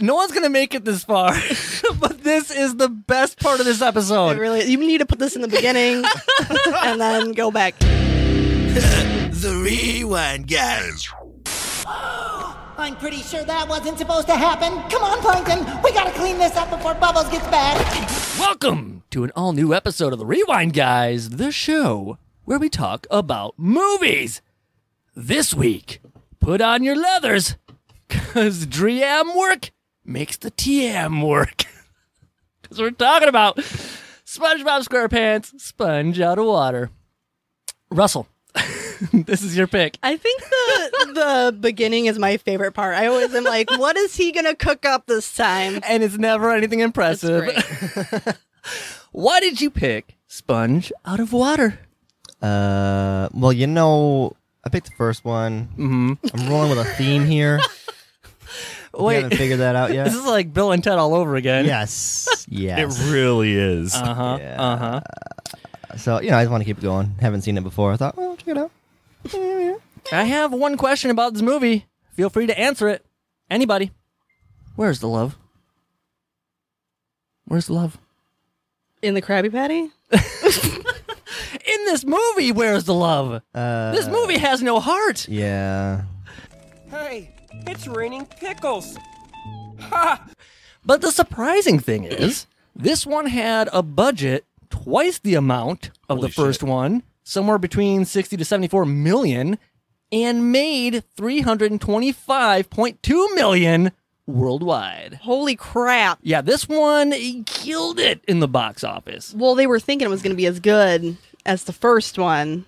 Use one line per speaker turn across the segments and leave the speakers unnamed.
no one's gonna make it this far, but this is the best part of this
It
episode.
really, you need to put this in the beginning and then go back.
The rewind, guys.
I'm pretty sure that wasn't supposed to happen. Come on, Plankton. We gotta clean this up before Bubbles gets back.
Welcome to an all new episode of the Rewind Guys, the show where we talk about movies. This week, put on your leathers, cause DRM work makes the TM work. Cause we're talking about SpongeBob SquarePants, Sponge Out of Water. Russell, this is your pick.
I think the the beginning is my favorite part. I always am like, what is he gonna cook up this time?
and it's never anything impressive. Why did you pick Sponge Out of Water?
Uh, well, you know, I picked the first one. Mm-hmm. I'm rolling with a theme here. We
Wait,
haven't figured that out yet.
this is like Bill and Ted all over again.
yes, yes.
It really is.
Uh huh.
Yeah.
Uh huh.
so you know, I just want to keep it going. Haven't seen it before. I thought, well, check it out.
I have one question about this movie. Feel free to answer it. Anybody. Where's the love? Where's the love?
In the Krabby Patty?
In this movie, where's the love?
Uh,
this movie has no heart.
Yeah.
Hey, it's raining pickles.
But the surprising thing is, this one had a budget twice the amount of the first one, somewhere between 60 to 74 million, and made 325.2 million worldwide.
Holy crap.
Yeah, this one killed it in the box office.
Well, they were thinking it was gonna be as good as the first one.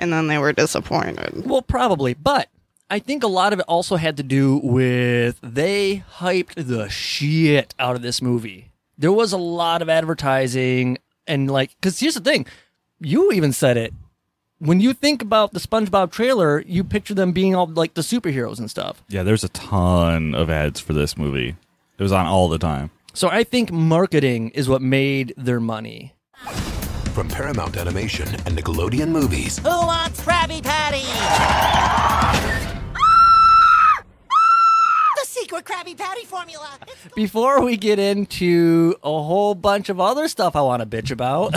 And then they were disappointed.
Well, probably, but I think a lot of it also had to do with they hyped the shit out of this movie. There was a lot of advertising and like cuz here's the thing, you even said it. When you think about the SpongeBob trailer, you picture them being all like the superheroes and stuff.
Yeah, there's a ton of ads for this movie. It was on all the time.
So I think marketing is what made their money.
From Paramount Animation and Nickelodeon Movies,
Who wants Krabby Patty? the secret Krabby Patty formula. It's-
Before we get into a whole bunch of other stuff I want to bitch about,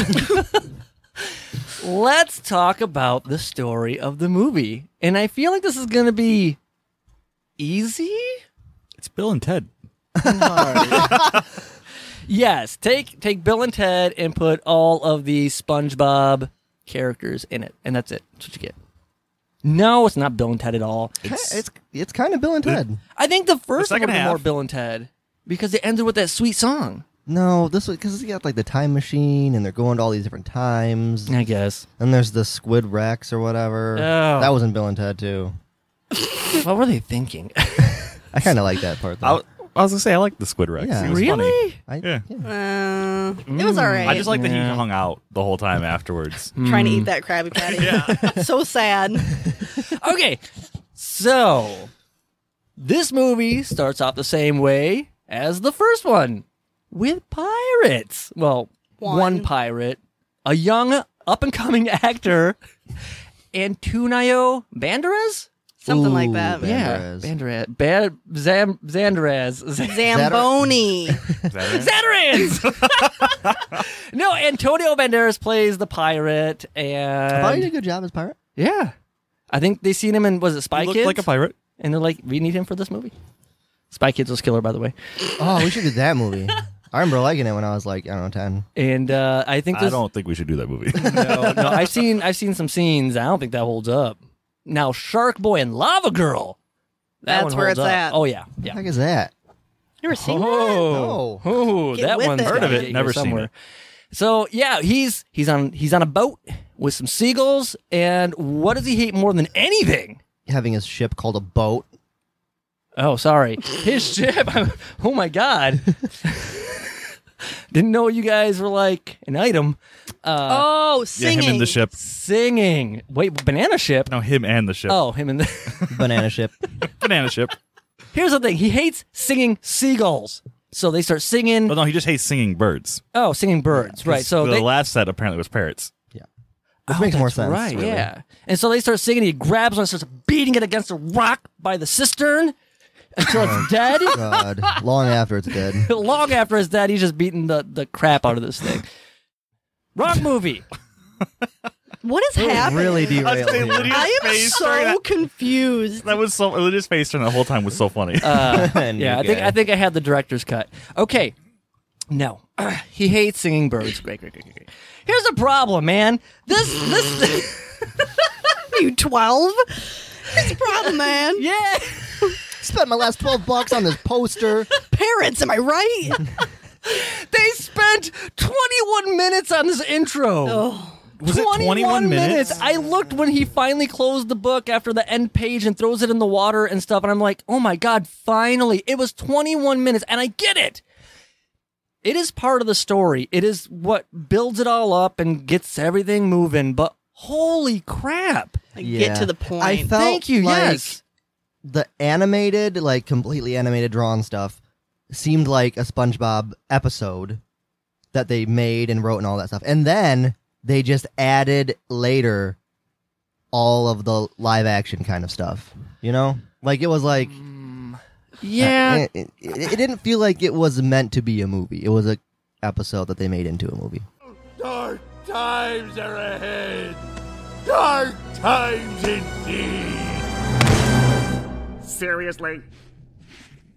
let's talk about the story of the movie. And I feel like this is going to be easy.
It's Bill and Ted.
Yes, take take Bill and Ted and put all of the SpongeBob characters in it, and that's it. That's what you get. No, it's not Bill and Ted at all.
It's it's, kind of Bill and Ted.
I think the first
The
one
second
would be more
half.
Bill and Ted because it ended with that sweet song.
No, this was because got like the time machine, and they're going to all these different times.
I guess.
And there's the Squid Rex or whatever.
Oh.
That was in Bill and Ted too.
What were they thinking?
I kind of like that part though.
I, was- I was gonna say I like the Squid Rex.
Yeah.
He was funny.
really?
I,
Yeah.
Uh, it was alright.
I just like that
Yeah.
he hung out the whole time afterwards.
trying to eat that Krabby Patty. so sad.
okay. So this movie starts off the same way as the first one with pirates. Well, one,
One.
pirate, a young up and coming actor, Antonio Banderas?
Something
Ooh,
like that.
man. Banderas.
Yeah. Banderas. Bad Zam Zanderas. Z-
Zamboni.
Is that right?
Zanderans! no, Antonio Banderas plays the pirate and
I thought he did a good job as pirate.
Yeah. I think they seen him in was it Spy
He looked
Kids?
like a pirate.
and they're like, "We need him for this movie." Spy Kids was killer, by the way.
Oh, we should do that movie. I remember liking it when I was like, I don't know, ten.
And uh, I think
I
there's,
don't think we should do that movie.
No, no, I've seen I've seen some scenes. I don't think that holds up. Now, Shark Boy and Lava Girl. That
That's
one
where
holds
it's
up.
at.
Oh yeah,
What the
yeah.
heck is that?
You ever seen
Oh, oh,
Get
that
with
one's
it.
gotta
Heard of
it,
get you
never seen
somewhere.
it.
So yeah, he's he's on he's on a boat with some seagulls, and what does he hate more than anything?
Having his ship called a boat.
Oh, sorry. His ship. oh my god. Didn't know you guys were like an item.
Oh,
yeah,
singing.
him and the ship.
Singing. Wait, banana ship.
No, him and the ship.
Oh, him and the.
Banana ship.
Banana ship.
Here's the thing. He hates singing seagulls. So they start
Oh
singing.
no, he just hates singing birds.
Oh, singing birds. right. So
the
they,
last set apparently was parrots.
This
Oh,
makes more
that's
sense.
Right.
really.
Yeah. And so they start singing. He grabs one, and starts beating it against a rock by the cistern, until it's dead.
God, long after it's dead.
Long after it's dead, he's just beating the, the crap out of this thing. Wrong movie.
What is happening?
Really derailed
saying,
here.
Lydia-
I am
Space
so
right-
confused.
That was so Lydia's face during that whole time was so funny.
And
Yeah, I
you
think
guys-
I think I had the director's cut. Okay. No. he hates singing birds. Great, great, great, great. great. Here's a problem, man. This this
you twelve? It's a problem, man.
Yeah.
spent my last twelve bucks on this poster.
Parents, am I right?
They spent 21 minutes on this intro.
Oh.
was it 21 minutes?
I looked when he finally closed the book after the end page and throws it in the water and stuff, and I'm like, oh my god, finally! It was 21 minutes, and I get it. It is part of the story. It is what builds it all up and gets everything moving. But holy crap!
Like,
Yeah.
Get to the point.
I felt
Thank you.
like
yes.
the animated, like completely animated drawn stuff, seemed like a SpongeBob episode that they made and wrote and all that stuff. And then they just added later all of the live action kind of stuff. You know? Like it was like
Yeah.
it, it- it didn't feel like it was meant to be a movie. It was a episode that they made into a movie.
Dark times are ahead. Dark times indeed. Seriously?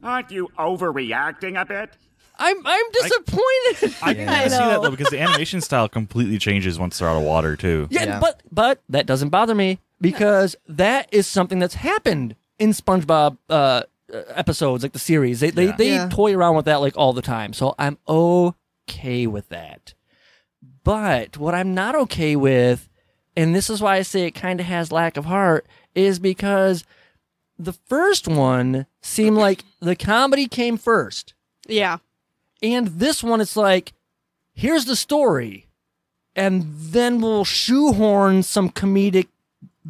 Aren't you overreacting a bit?
I'm I'm disappointed.
I can
I
see that
know.
though because the animation style completely changes once they're out of water too.
Yeah,
Yeah.
but but that doesn't bother me because that is something that's happened in SpongeBob uh, uh, episodes, like the series. They they, they
Yeah.
toy around with that like all the time, so I'm okay with that. But what I'm not okay with, and this is why I say it kind of has lack of heart, is because the first one seemed like the comedy came first.
yeah.
And this one, it's like, here's the story, and then we'll shoehorn some comedic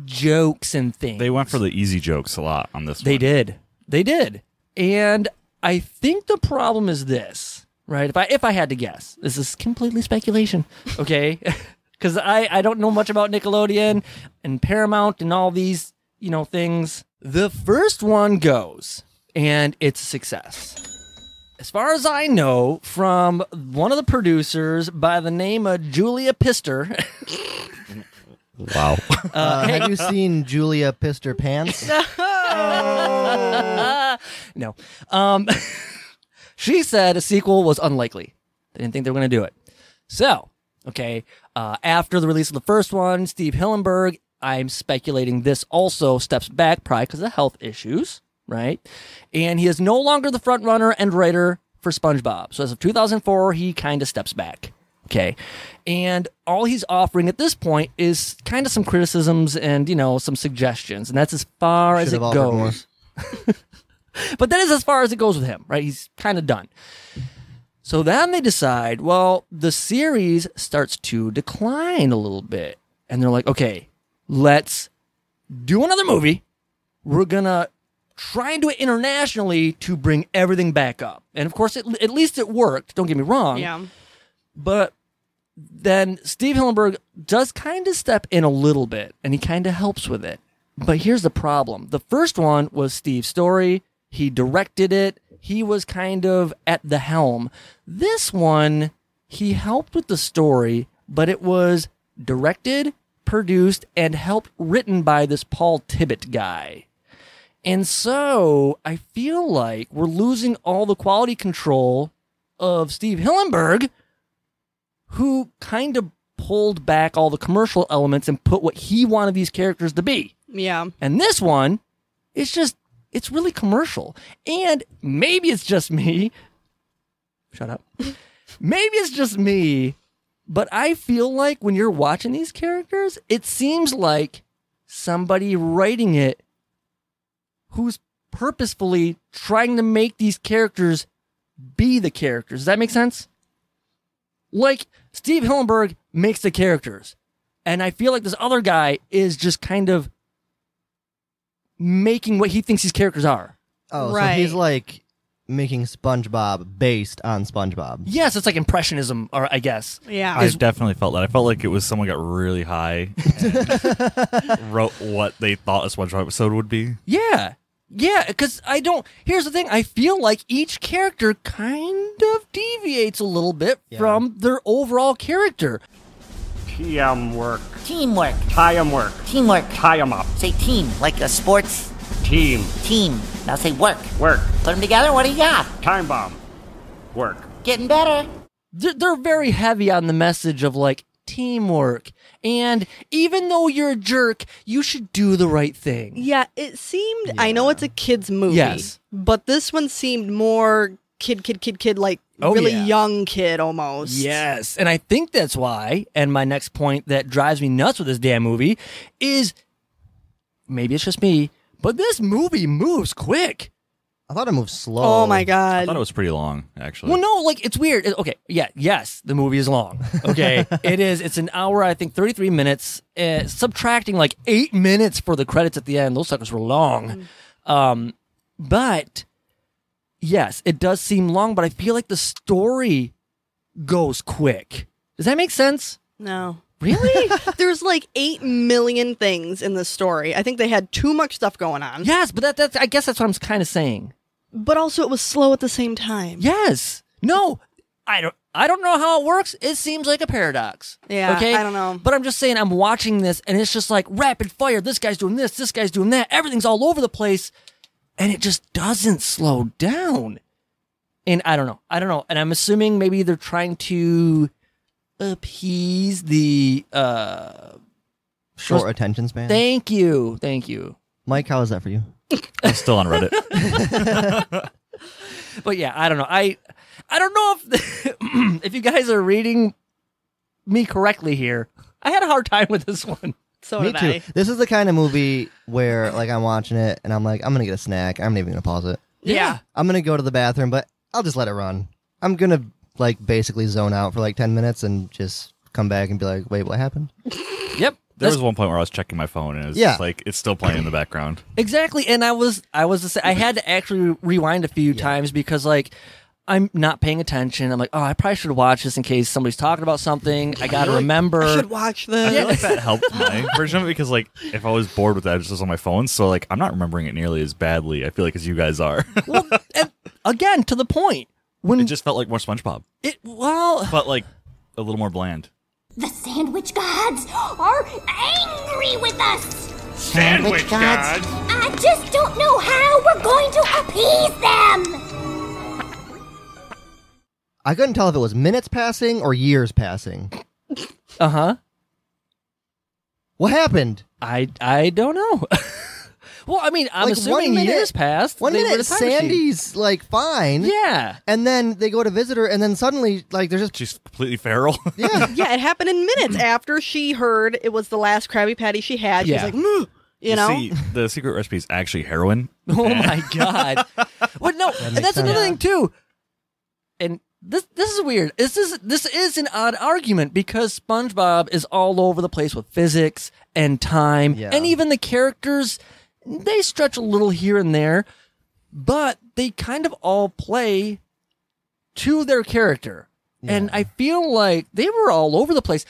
jokes and things.
They went for the easy jokes a lot on this
They
one.
did. They did. And I think the problem is this, right? If I if I had to guess, this is completely speculation, okay? Because I I don't know much about Nickelodeon and Paramount and all these you know things. The first one goes, and it's a success. As far as I know, from one of the producers by the name of Julia Pister.
Wow.
Uh, have you seen Julia Pister Pants?
No. Um, she said a sequel was unlikely. They didn't think they were going to do it. So, okay, uh, after the release of the first one, Steve Hillenberg, I'm speculating this also steps back, probably because of health issues, right? And he is no longer the front runner and writer for SpongeBob. So as of 2004, he kind of steps back. Okay. And all he's offering at this point is kind of some criticisms and, you know, some suggestions. And that's as far as it
Should have offered more.
goes. But that is as far as it goes with him, right? He's kind of done. So then they decide, well, the series starts to decline a little bit. And they're like, okay, let's do another movie. We're going to try and do it internationally to bring everything back up. And of course, it, at least it worked. Don't get me wrong.
Yeah.
But then Steve Hillenberg does kind of step in a little bit and he kind of helps with it. But here's the problem the first one was Steve's story, he directed it, he was kind of at the helm. This one, he helped with the story, but it was directed, produced, and helped written by this Paul Tibbett guy. And so I feel like we're losing all the quality control of Steve Hillenberg who kind of pulled back all the commercial elements and put what he wanted these characters to be.
Yeah.
And this one, it's just, it's really commercial. And maybe it's just me. Shut up. maybe it's just me, but I feel like when you're watching these characters, it seems like somebody writing it who's purposefully trying to make these characters be the characters. Does that make sense? Like Steve Hillenberg makes the characters, and I feel like this other guy is just kind of making what he thinks these characters are.
Oh, so
Right.
he's like making SpongeBob based on SpongeBob.
Yes, it's like impressionism, or I guess.
Yeah.
I definitely felt that. I felt like it was someone got really high and wrote what they thought a SpongeBob episode would be.
Yeah. Yeah, because I don't. Here's the thing: I feel like each character kind of deviates a little bit from their overall character.
TM work.
Teamwork.
Tie 'em work.
Teamwork.
Tie 'em up.
Say team, like a sports
Team.
team. Now say work.
Work.
Put them together, what do you got?
Time bomb. Work.
Getting better.
They're, they're very heavy on the message of like teamwork, and even though you're a jerk, you should do the right thing.
Yeah, it seemed. I know it's a kids movie.
Yes.
but this one seemed more kid, kid, kid, kid, like
Oh,
really
yeah.
young kid almost.
Yes, and I think that's why. And my next point that drives me nuts with this damn movie is maybe it's just me, but this movie moves quick.
I thought it moved slow.
Oh my
I
god.
thought it was pretty long, actually.
Well, no, like it's weird. It- okay, yeah, yes, the movie is long. Okay, it is. It's an hour, I think, thirty-three minutes, uh, subtracting like eight minutes for the credits at the end. Those suckers were long, um, but yes, it does seem long. But I feel like the story goes quick. Does that make sense?
No.
Really?
There's like 8 million things in this story. I think they had too much stuff going on.
yes, but that, that's. I guess that's what I'm kind of saying.
But also, it was slow at the same time.
Yes. No. I don't. I don't know how it works. It seems like a paradox.
Yeah,
Okay.
I don't know.
But I'm just saying, I'm watching this, and it's just like rapid fire. This guy's doing this. This guy's doing that. Everything's all over the place, and it just doesn't slow down. And I don't know. I don't know. And I'm assuming maybe they're trying to appease the. uh
Short attention span.
Thank you. Thank you.
Mike, how is that for you?
It's still on Reddit.
But yeah, I don't know. I I don't know if if you guys are reading me correctly here. I had a hard time with this one.
So
Me
did
too.
I.
This is the kind of movie where like I'm watching it and I'm like, I'm gonna get a snack. I'm not even gonna pause it.
Yeah.
I'm gonna go to the bathroom, but I'll just let it run. I'm gonna like basically zone out for like ten minutes and just come back and be like, wait, what happened?
Yep.
There
That's-
was one point where I was checking my phone and it's
Yeah.
like it's still playing in the background.
exactly. And I was I was the sa- I had to actually rewind a few times because like I'm not paying attention. I'm like, oh, I probably should watch this in case somebody's talking about something. I gotta remember.
I should watch
I
this.
feel like that helped my version of it because like if I was bored with that, it's just on my phone. So like I'm not remembering it nearly as badly. I feel like as you guys are.
well, and again, to the point when
it
it,
just felt like more SpongeBob,
well,
but like a little more bland.
The sandwich gods are angry with us.
Sandwich gods.
I just don't know how we're going to appease them.
I couldn't tell if it was minutes passing or years passing.
uh huh.
What happened?
I I don't know. well, I mean, I'm
like
assuming
one minute,
years passed.
One
They were
minute
the time machine.
Sandy's like fine.
Yeah.
And then they go to visit her and then suddenly like there's just
She's completely feral.
Yeah.
yeah, it happened in minutes after she heard it was the last Krabby Patty she had. She
Yeah.
was like, "Mm," you know?
see, the secret recipe is actually heroin.
Oh my god. But no, and that's
sense.
another thing too. And this this is weird. This is this is an odd argument because SpongeBob is all over the place with physics and time
Yeah.
and even the characters they stretch a little here and there, but they kind of all play to their character. And I feel like they were all over the place.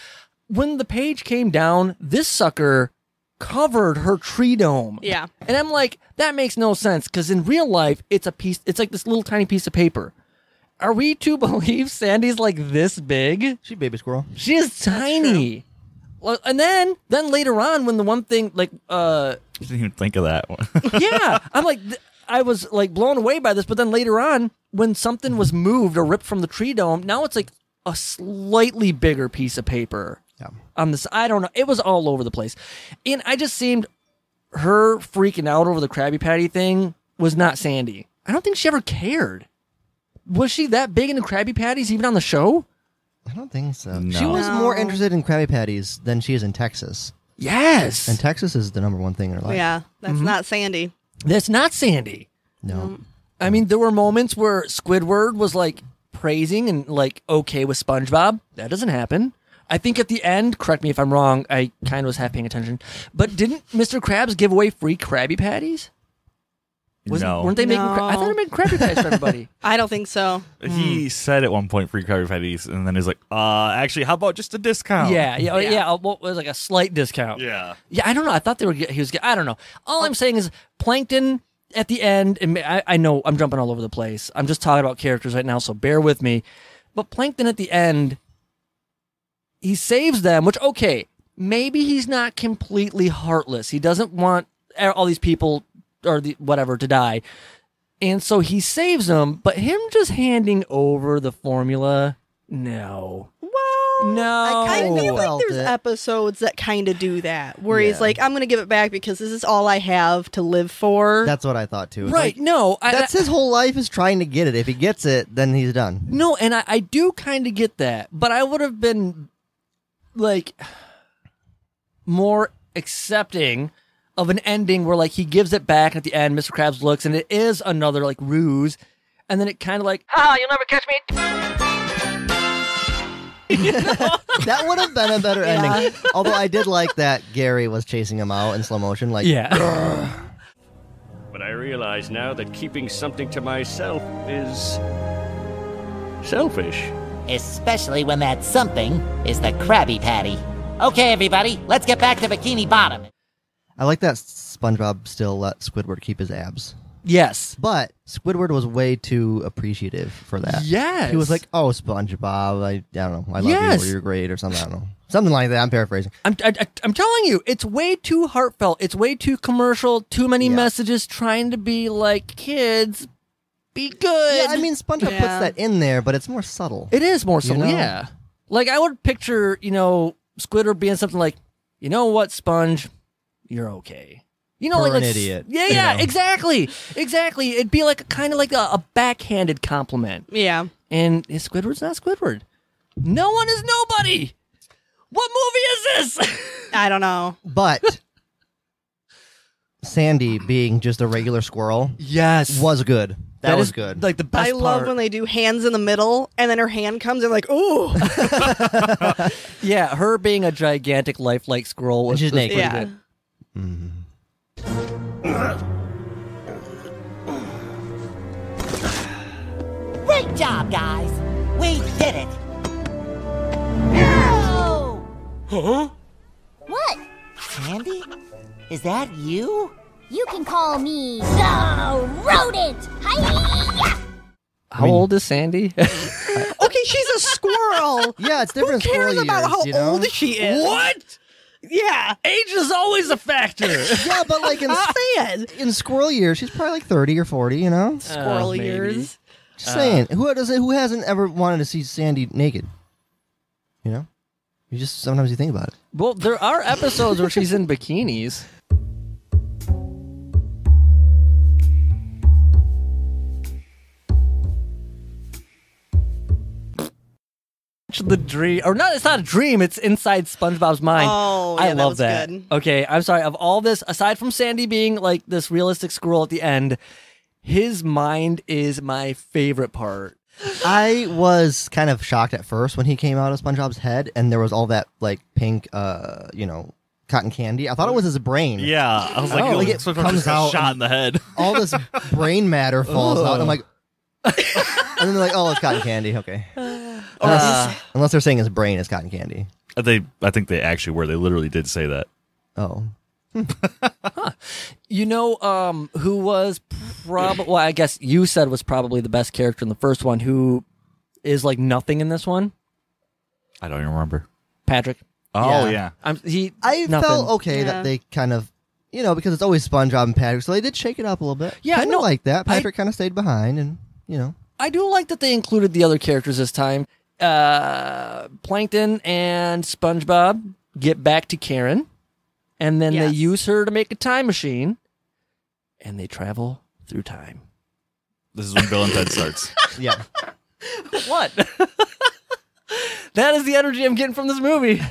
When the page came down, this sucker covered her tree dome.
Yeah.
And I'm like, that makes no sense because in real life, it's a piece, it's like this little tiny piece of paper. Are we to believe Sandy's like this big?
she baby squirrel.
She is tiny. Well, And then, then later on, when the one thing, like, uh,
I didn't even think of that one.
yeah, I'm like, th- I was like blown away by this, but then later on, when something was moved or ripped from the tree dome, now it's like a slightly bigger piece of paper.
Yeah.
On this, I don't know. It was all over the place, and I just seemed her freaking out over the Krabby Patty thing was not Sandy. I don't think she ever cared. Was she that big into Krabby Patties even on the show?
I don't think so.
No.
She was more interested in Krabby Patties than she is in Texas.
Yes,
And Texas is the number one thing in her life.
yeah, that's
Mm-hmm.
not Sandy.
that's not Sandy.
No.
I mean, there were moments where Squidward was like praising and like okay with SpongeBob. That doesn't happen. I think at the end, correct me if I'm wrong, I kind of was half paying attention, but didn't Mr. Krabs give away free Krabby Patties? Wasn't-
no,
Weren't they making? Cra- I thought they were making Krabby Patties for everybody.
I don't think so.
he said at one point free Krabby Patties, and then he's like, "Uh, actually, how about just a discount?"
yeah, yeah, yeah. yeah well, it was like a slight discount.
yeah.
Yeah, I don't know. I thought they were. He was. I don't know. All I'm saying is Plankton at the end, and I, I know I'm jumping all over the place. I'm just talking about characters right now, so bear with me. But Plankton at the end, he saves them, which, okay, maybe he's not completely heartless. He doesn't want all these people or the, whatever to die. And so he saves them, but him just handing over the formula, no.
Well,
No.
I
kinda
feel like
felt
there's
it.
episodes that kind of do that, where he's
Yeah.
like, "I'm going to give it back because this is all I have to live for."
That's what I thought too. It's
Right,
like,
no. I,
that's his whole life is trying to get it. If he gets it, then he's done.
No, and I, I do kind of get that, but I would have been like more accepting of an ending where like he gives it back and at the end Mr. Krabs looks and it is another like ruse and then it kind of like ah you'll never catch me
That would have been a better ending. Although I did like that Gary was chasing him out in slow motion. Like,
yeah
But I realize now that keeping something to myself is. selfish.
Especially when that something is the Krabby Patty. Okay, everybody, let's get back to Bikini Bottom.
I like that SpongeBob still let Squidward keep his abs,
yes
but Squidward was way too appreciative for that.
Yes.
he was like, "Oh, SpongeBob, I, I don't know, I love
Yes.
you, or you're great, or something. I don't know, something like that." I'm paraphrasing.
I'm I, I- I'm telling you it's way too heartfelt it's way too commercial too many
Yeah.
messages trying to be like kids be good
Yeah, I mean, SpongeBob
Yeah.
puts that in there, but it's more subtle.
It is more so,
know?
yeah. Like I would picture, you know, Squidward being something like, you know what, Sponge, you're okay. You know,
For
like like
an
s-
idiot,
Yeah,
you
yeah,
know?
exactly, exactly. It'd be like kind of like a, a backhanded compliment,
yeah.
and Squidward's not Squidward. No one is nobody. What movie is this?
I don't know.
but Sandy being just a regular squirrel
yes,
was good. That, was
is,
good.
Like the best
I love
part.
when they do hands in the middle, and then her hand comes, and like, "Ooh,
yeah, her being a gigantic lifelike squirrel was
she's
was
naked.
pretty
Yeah.
good.
Great job, guys. We did it. No!
What?
Sandy? Is that you?
You can call me the rodent. Hi-ya!
How old is Sandy?
okay, she's a squirrel."
yeah, it's different.
Who cares
squirrel
about
years,
how
you know?
old she is?
what?
Yeah,
Age is always a factor.
Yeah, but like in,
saying
in squirrel years, she's probably like thirty or forty. You know,
Uh,
squirrel
Oh, maybe.
ears.
just saying. Who does Who hasn't ever wanted to see Sandy naked? You know, you just sometimes you think about it.
Well, there are episodes where she's in bikinis. The dream, or not? It's not a dream. It's inside SpongeBob's mind.
Oh, yeah,
I
that
love
was
that.
good.
Okay, I'm sorry. Of all this, aside from Sandy being like this realistic squirrel at the end, his mind is my favorite part.
I was kind of shocked at first when he came out of SpongeBob's head, and there was all that like pink, uh, you know, cotton candy. I thought it was his brain.
Yeah, I was like,
Oh,
oh,
like it
SpongeBob
comes
just got
out
shot in the head.
all this brain matter falls out. I'm like, and then they're like, oh, it's cotton candy. Okay. Unless, unless they're saying his brain is cotton candy.
They, I think they actually were. They literally did say that.
Oh.
You know, um, who was probably, well, I guess you said was probably the best character in the first one, who is like nothing in this one?
I don't even remember.
Patrick.
Oh
Yeah.
yeah.
I'm, he,
I
nothing.
felt okay
Yeah.
that they kind of, you know, because it's always SpongeBob and Patrick, so they did shake it up a little bit.
Yeah,
kind
no,
of like that.
I-
Patrick kind of stayed behind, and you know,
I do like that they included the other characters this time. Uh, Plankton and SpongeBob get back to Karen, and then
Yes.
they use her to make a time machine, and they travel through time.
This is when Bill and Ted starts.
yeah.
what? that is the energy I'm getting from this movie.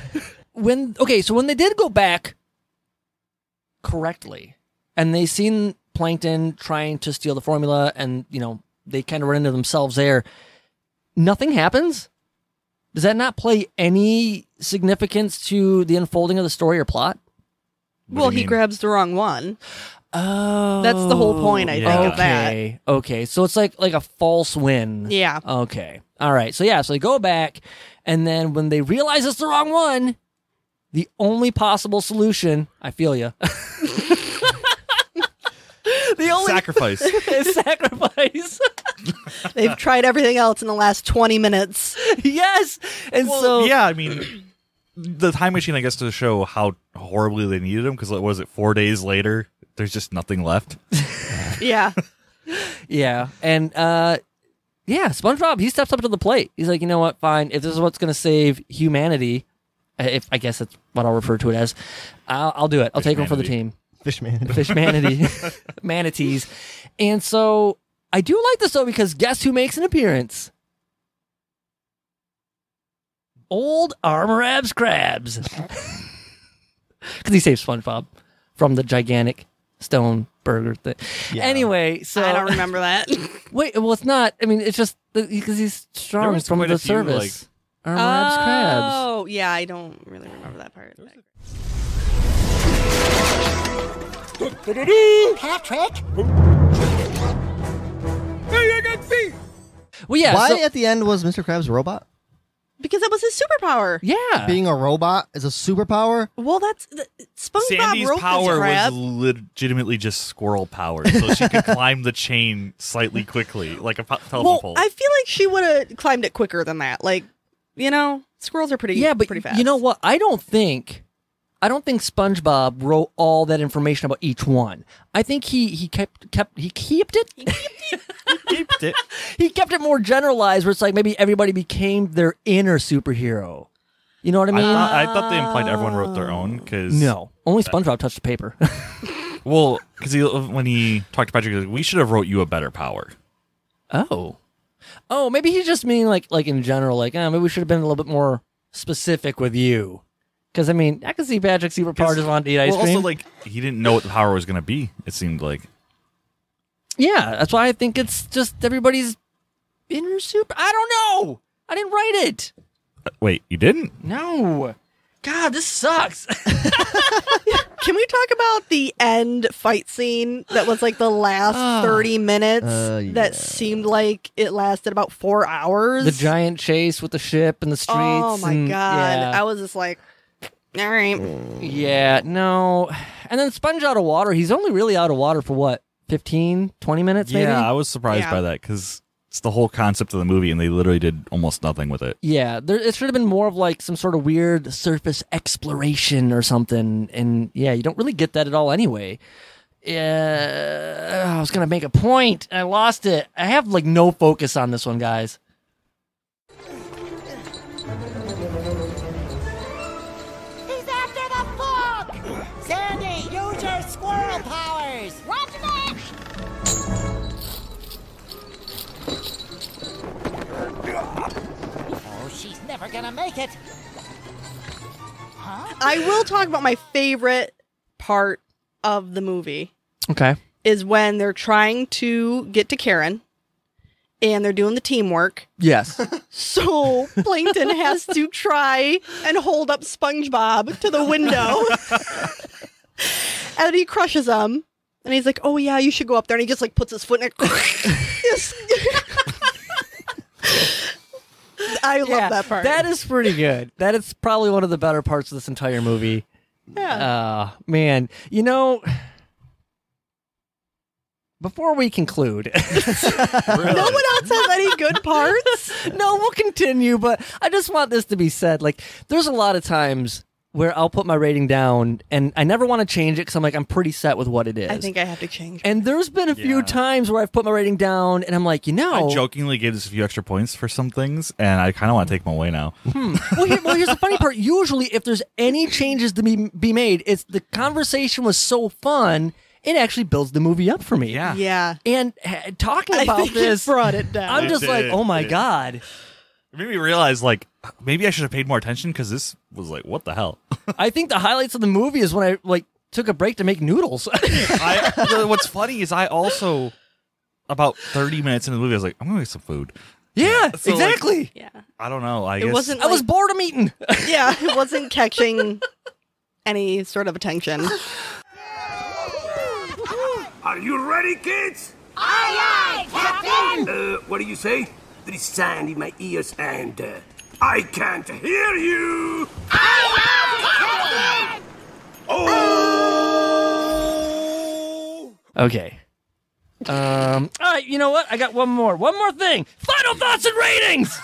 When okay, so when they did go back correctly, and they seen Plankton trying to steal the formula, and you know they kind of run into themselves there. Nothing happens. Does that not play any significance to the unfolding of the story or plot?
do
Well,
you
he
mean?
grabs the wrong one.
Oh,
That's the whole point, I
yeah.
think, of that.
Okay. Okay. So it's like like a false win.
Yeah.
Okay. All right. So yeah, so they go back and then when they realize it's the wrong one, the only possible solution, I feel you. the The only
Sacrifice.
is sacrifice.
They've tried everything else in the last 20 minutes.
yes. And
Well,
so
yeah, I mean, the time machine, I guess, to show how horribly they needed him because what was it? Four days later, there's just nothing left.
Yeah.
Yeah. And uh yeah, SpongeBob, he steps up to the plate. He's like, "You know what? Fine. If this is what's going to save humanity, I- if I guess that's what I'll refer to it as, I'll, I'll do it. I'll take him for the
Fishmanity.
team."
Fishman.
Fish manatee, manatees. And so I do like this though because guess who makes an appearance? Old armor abs crabs. Because he saves SpongeBob from the gigantic stone burger thing. Anyway, so
I don't remember that.
wait. Well, it's not. I mean, it's just because he's
There
strong
was
from
quite a
the
few, like-
service. armor abs crabs.
Oh, yeah. I don't really remember that part.
Patrick?
Well, yeah.
Why
so-
at the end was Mr. Krabs a robot?
Because that was his superpower.
yeah.
Being a robot is a superpower.
Well, that's the, SpongeBob
Sandy's
wrote this
power
crap.
was legitimately just squirrel power, so she could climb the chain slightly quickly, like a po- telephone
well,
pole.
I feel like she would have climbed it quicker than that. Like, you know, squirrels are pretty.
yeah, but
pretty
y-
fast.
you know what? I don't think, I don't think SpongeBob wrote all that information about each one. I think he he kept kept he kept it
Keeped it.
he kept it more generalized, where it's like maybe everybody became their inner superhero. You know what I
I
mean?
thought, I thought they implied everyone wrote their own because
no, only SpongeBob touched the paper.
well, because he, when he talked to Patrick, he was like, we should have wrote you a better power.
oh, oh, maybe he's just meaning like like in general, like eh, maybe we should have been a little bit more specific with you. Because I mean, I can see Patrick's super power just wanted to eat ice
well,
cream.
also like he didn't know what the power was going to be. It seemed like
Yeah, that's why I think it's just everybody's inner super. I don't know. I didn't write it.
Uh, wait, you didn't?
No. God, this sucks.
Can we talk about the end fight scene that was like the last 30 minutes
Uh, yeah.
that seemed like it lasted about four hours?
the giant chase with the ship and the streets.
Oh my
and-
god.
Yeah,
I was just like, all right.
yeah, no. And then Sponge out of water. He's only really out of water for what, 15, 20 minutes maybe?
Yeah, I was surprised
Yeah.
by that because it's the whole concept of the movie, and they literally did almost nothing with it.
Yeah, there, it should have been more of like some sort of weird surface exploration or something. And yeah, you don't really get that at all anyway. Yeah, I was gonna make a point. I lost it. I have like no focus on this one, guys.
He's after the fog! Sandy, use your squirrel powers!
Roger that!
Oh, she's never gonna make it!
I will talk about my favorite part of the movie
Okay.
is when they're trying to get to Karen and they're doing the teamwork.
Yes.
So Plankton has to try and hold up SpongeBob to the window. and he crushes him. And he's like, oh, yeah, you should go up there. And he just like puts his foot in it. Yes. I love that part.
That is pretty good. That is probably one of the better parts of this entire movie.
yeah.
Uh, man, you know, before we conclude,
no one else has any good parts.
no, we'll continue, but I just want this to be said. Like, there's a lot of times where I'll put my rating down and I never want to change it because I'm like, I'm pretty set with what it is.
I think I have to change.
and there's been a few
Yeah.
times where I've put my rating down and I'm like, you know,
I jokingly gave this a few extra points for some things, and I kind of want to take them away now.
well, here, well, here's the funny part. Usually, if there's any changes to be, be made, it's the conversation was so fun, it actually builds the movie up for me.
Yeah.
Yeah.
And ha- talking
I
about
think
this,
it brought it down.
I'm
It
just like,
did,
oh my
it did.
god.
It made me realize, like, maybe I should have paid more attention because this was like, what the hell?
I think the highlights of the movie is when I like took a break to make noodles.
I, the- what's funny is I also, about 30 minutes into the movie, I was like, I'm going to get some food.
yeah,
So, like,
exactly.
yeah.
I don't know. I
It
guess
wasn't
I was
like-
bored of eating.
Yeah. It wasn't catching any sort of attention.
Are you ready, kids?
Aye, aye, Captain!
Uh, what do you say? There is sand in my ears and uh, I can't hear you.
Aye, aye, Captain!
Oh!
Okay. Um, all right, you know what? I got one more. One more thing. Final thoughts and ratings.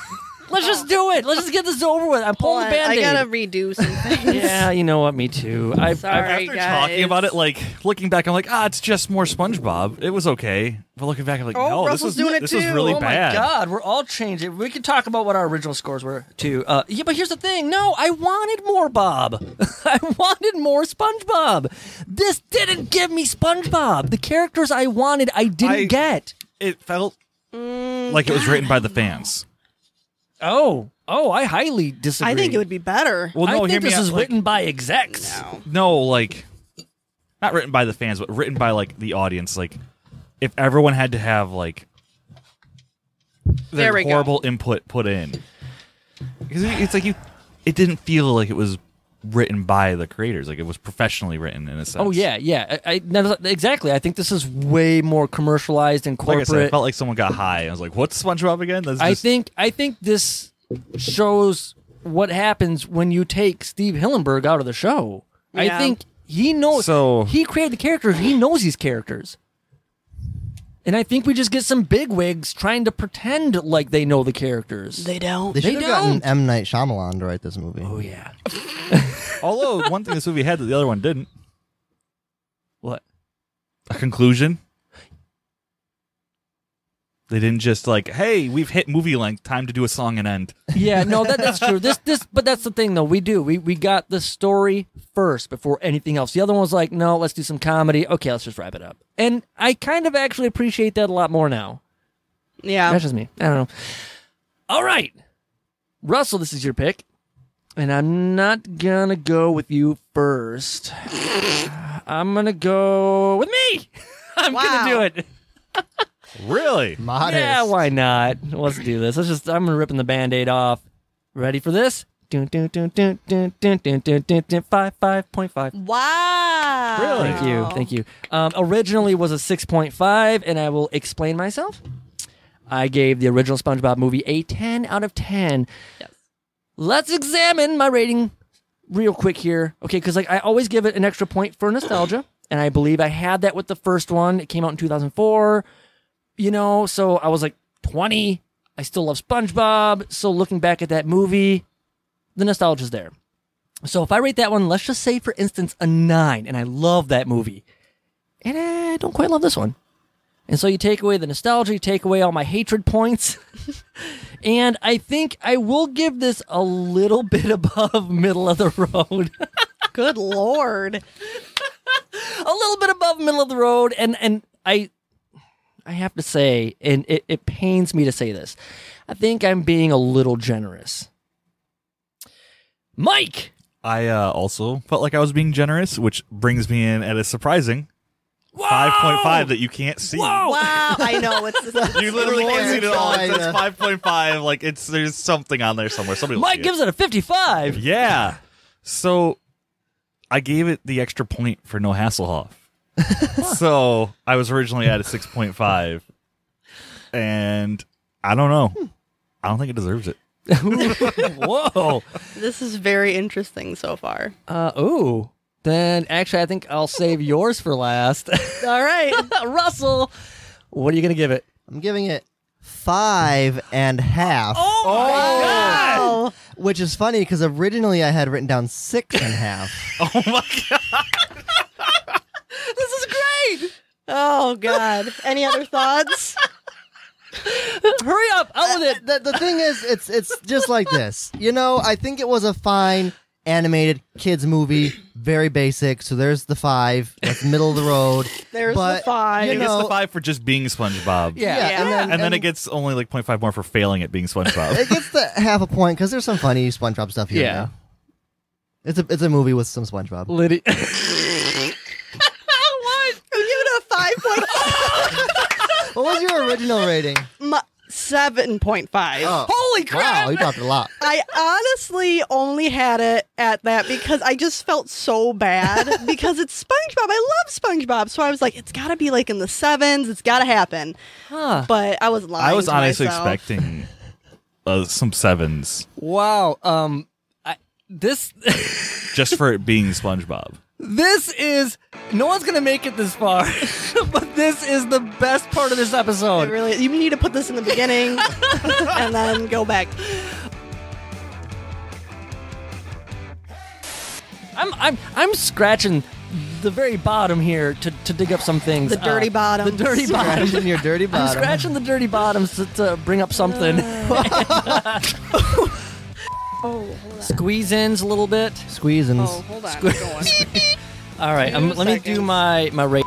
Let's just do it. Let's just get this over with. I'm pulling the
Hold on,
band
I
aid.
gotta redo some things.
Yeah, you know what? Me too. I, I,
Sorry,
After
guys.
talking about it, like looking back, I'm like, ah, it's just more SpongeBob. It was okay, but looking back, I'm like,
Oh,
no, this
Russell's
was
doing it
this was
too.
really
Oh
oh
bad.
my god, we're all changing. We can talk about what our original scores were too. Uh, yeah, but here's the thing. No, I wanted more Bob. I wanted more SpongeBob. This didn't give me SpongeBob. The characters I wanted, I didn't
I-
get.
It felt
Mm.
like it was written by the fans.
Oh, oh, I highly disagree.
I think it would be better.
Well, no,
I
hear
think
me
this
out,
is
like-
written by execs.
no, like not written by the fans, but written by like the audience. Like if everyone had to have like
There
their
we go.
horrible input put in, because it's like you, it didn't feel like it was written by the creators. Like it was professionally written in a sense.
Oh yeah, yeah. I, I no, exactly. I think this is way more commercialized and
Like I
corporate.
said, it felt like someone got high. I was like, "What's SpongeBob again?" That's
I
just-
think I think this shows what happens when you take Steve Hillenberg out of the show. I
Yeah.
think he knows.
So-
he created the characters. He knows these characters. And I think we just get some bigwigs trying to pretend like they know the characters.
They don't.
They
They
should have gotten
don't.
M Night Shyamalan to write this movie.
oh yeah.
although one thing this movie had that the other one didn't,
What?
a conclusion. They didn't just like, "Hey, we've hit movie length. Time to do a song and end."
Yeah, no, that, that's true. This, this, but that's the thing though. We do. We we got the story first before anything else. The other one was like, no, let's do some comedy. Okay, let's just wrap it up. And I kind of actually appreciate that a lot more now.
Yeah.
That's just me. I don't know. All right, Russell, this is your pick, and I'm not gonna go with you first. I'm gonna go with me. I'm
Wow.
gonna do it.
Really?
Modest.
Yeah, why not? Let's do this. Let's just. I'm ripping the band-aid off. Ready for this? Dun, dun, dun, dun, dun, dun, dun, dun, dun, dun, Five, five point five.
Wow.
Really?
Thank you, thank you. Um, originally was a six point five, and I will explain myself. I gave the original SpongeBob movie a ten out of ten. Let's examine my rating real quick here, okay? Because like I always give it an extra point for nostalgia, and I believe I had that with the first one. It came out in two thousand four you know, so I was like 20. I still love SpongeBob. So looking back at that movie, the nostalgia's there. So if I rate that one, let's just say, for instance, a nine, and I love that movie, and I don't quite love this one. And so you take away the nostalgia, you take away all my hatred points, and I think I will give this a little bit above middle of the road.
Good lord.
a little bit above middle of the road and and i i have to say and it, it pains me to say this i think i'm being a little generous mike
I uh, also felt like I was being generous, which brings me in at a surprising 5.5
Oh!
that you can't see.
Wow. I know. It's
Oh. You literally can't see it at all. It says
China.
5.5. Like, it's there's something on there somewhere. Somebody will
mike
see
gives it a 55
Yeah. So I gave it the extra point for No Hasselhoff. so I was originally at a 6.5. And I don't
Hmm.
know. I don't think it deserves it.
whoa
this is very interesting so far.
uh ooh then actually i think i'll save yours for last
All right.
russell what are you gonna give it
I'm giving it five and half.
Oh.
Which is funny because originally I had written down six and a half.
This is great. Oh god. Any other thoughts?
hurry up out
Oh,
with it
the, the thing is, it's it's just like this. You know, I think it was a fine animated kids movie, very basic. So there's the five, that's middle of the road.
There's
but,
the five.
You
It gets
know,
the 5 for just being SpongeBob.
Yeah,
Yeah.
and then
And, then it gets only like 0.5 more for failing at being SpongeBob.
it gets the half a point because there's some funny SpongeBob stuff here. and
Yeah.
there. It's a it's a movie with some SpongeBob.
Lydia.
what? I'm giving it a five point
What was your original rating?
My, 7.5.
holy crap
Wow, you dropped it a lot.
I honestly only had it at that because I just felt so bad because it's SpongeBob. I love SpongeBob. So I was like, it's got to be like in the sevens. It's got to happen.
Huh.
But I was lying.
I was
to
honestly
myself.
expecting uh, some sevens
wow um I, this
just for it being SpongeBob.
This is no one's gonna make it this far. but this is the best part of this episode.
It really, you need to put this in the beginning and then go back.
I'm I'm I'm scratching the very bottom here to, to dig up some things.
The dirty Oh, bottom.
Uh, The dirty bottom.
Scratching your dirty
I'm
bottom.
scratching the dirty bottoms to, to bring up something.
Oh, hold on.
Squeeze ins a little bit.
Squeezins.
Oh, hold on. Go on.
All right, um,
Two
let me do
seconds.
my my rate.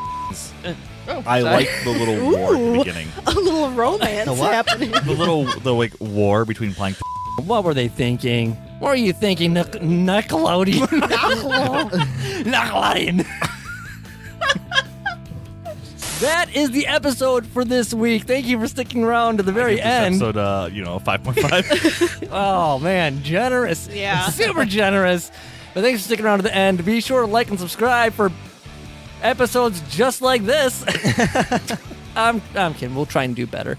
I like the little war at the
Ooh.
beginning.
A little romance
The what?
happening.
The little the like war between Plankton.
What were they thinking? What were you thinking, Nic- Nickelodeon? Nickelodeon. that is the episode for this week. Thank you for sticking around to the very
This
end.
Episode, uh, you know, five point five.
Oh man, generous.
Yeah.
Super generous. But thanks for sticking around to the end. Be sure to like and subscribe for episodes just like this. I'm, I'm kidding. We'll try and do better.